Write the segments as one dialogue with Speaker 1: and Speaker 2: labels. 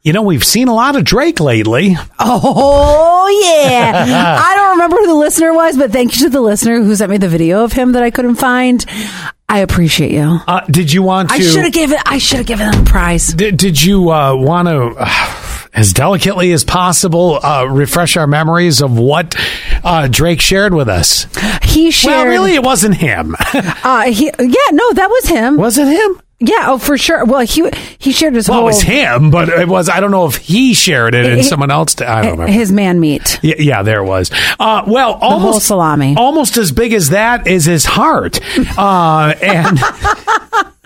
Speaker 1: You know, we've seen a lot of Drake lately.
Speaker 2: Oh yeah. I don't remember who the listener was, but thank you to the listener who sent me the video of him that I couldn't find. I appreciate you.
Speaker 1: Uh, did you want to?
Speaker 2: I should have given I should have given him a prize.
Speaker 1: Did, did you uh, want to, uh, as delicately as possible, uh, refresh our memories of what uh, Drake shared with us?
Speaker 2: He shared
Speaker 1: Well, really, it wasn't him.
Speaker 2: uh he yeah, no, that was him.
Speaker 1: was it him?
Speaker 2: Yeah, oh for sure. Well, he he shared his
Speaker 1: Well, it
Speaker 2: whole
Speaker 1: was him, but it was. I don't know if he shared it and
Speaker 2: It-
Speaker 1: someone else. did. I don't remember.
Speaker 2: his man meat.
Speaker 1: Yeah, yeah, there it was. Uh, well, almost
Speaker 2: salami.
Speaker 1: almost as big as that is his heart, uh, and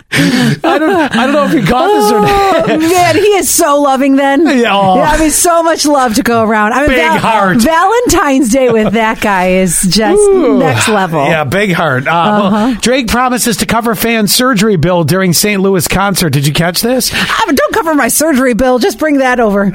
Speaker 1: I don't, I don't know if you caught this or not.
Speaker 2: Oh, man, he is so loving then.
Speaker 1: Yeah. oh.
Speaker 2: I mean, so much love to go around. I mean,
Speaker 1: Big heart.
Speaker 2: Valentine's Day with that guy is just next level. Uh-huh.
Speaker 1: Yeah, big heart. Uh, well, Drake promises to cover fan surgery bill during St. Louis concert. Did you catch this?
Speaker 2: Ah, but don't cover my surgery bill. Just bring that over.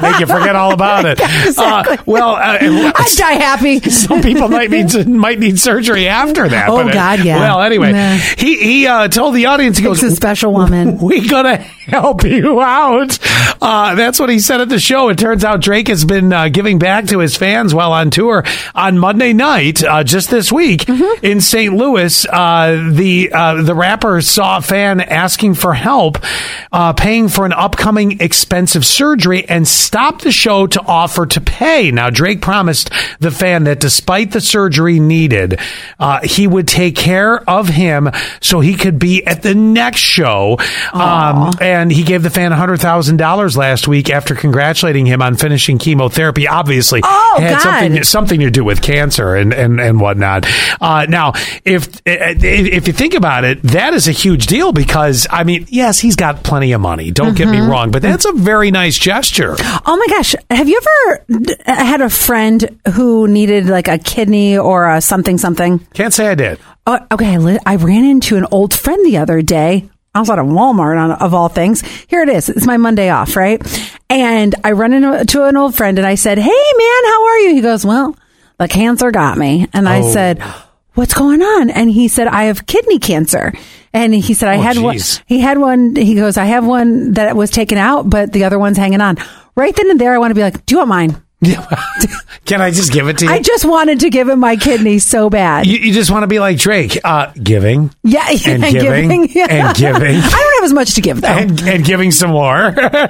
Speaker 1: Make you forget all about it.
Speaker 2: Exactly.
Speaker 1: Uh, well, uh,
Speaker 2: I'd die happy.
Speaker 1: some people might need might need surgery after that.
Speaker 2: Oh,
Speaker 1: it-
Speaker 2: God, yeah.
Speaker 1: Well, anyway,
Speaker 2: Nah.
Speaker 1: he he uh, told the audience he
Speaker 2: It's a
Speaker 1: goes,
Speaker 2: special woman.
Speaker 1: we gonna help you out. Uh, that's what he said at the show. It turns out Drake has been uh, giving back to his fans while on tour. On Monday night, uh, just this week
Speaker 2: Mm-hmm.
Speaker 1: in St. Louis, uh, the uh, the rapper saw a fan asking for help, uh, paying for an upcoming expensive surgery, and stopped the show to offer to pay. Now Drake promised the fan that despite the surgery needed, uh, he would take care of him so he could be at the next show. Um, and he gave the fan $100,000 last week after congratulating him on finishing chemotherapy. Obviously,
Speaker 2: Oh,
Speaker 1: had
Speaker 2: God.
Speaker 1: something something to do with cancer and and and whatnot. Uh, now, if if you think about it, that is a huge deal because I mean, yes, he's got plenty of money. Don't get me wrong, but that's a very nice gesture.
Speaker 2: Oh my gosh. Have you ever d- had a friend who needed like a kidney or a something something?
Speaker 1: Can't say I did.
Speaker 2: Oh, okay, I li- I ran into an old friend the other day. I was out at Walmart on, of all things. Here it is. It's my Monday off, right? And I run into to an old friend and I said, Hey man, how are you? He goes, Well, the cancer got me. And I
Speaker 1: Oh.
Speaker 2: said, What's going on? And he said, I have kidney cancer. And he said, I had one.
Speaker 1: geez.
Speaker 2: He had one. He goes, I have one that was taken out, but the other one's hanging on. Right then and there, I want to be like, Do you want mine?
Speaker 1: Can I just give it to you?
Speaker 2: I just wanted to give him my kidney so bad.
Speaker 1: you, you just want to be like Drake, uh, giving
Speaker 2: Yeah,
Speaker 1: And giving, and giving.
Speaker 2: I don't have as much to give though.
Speaker 1: and, and giving some more.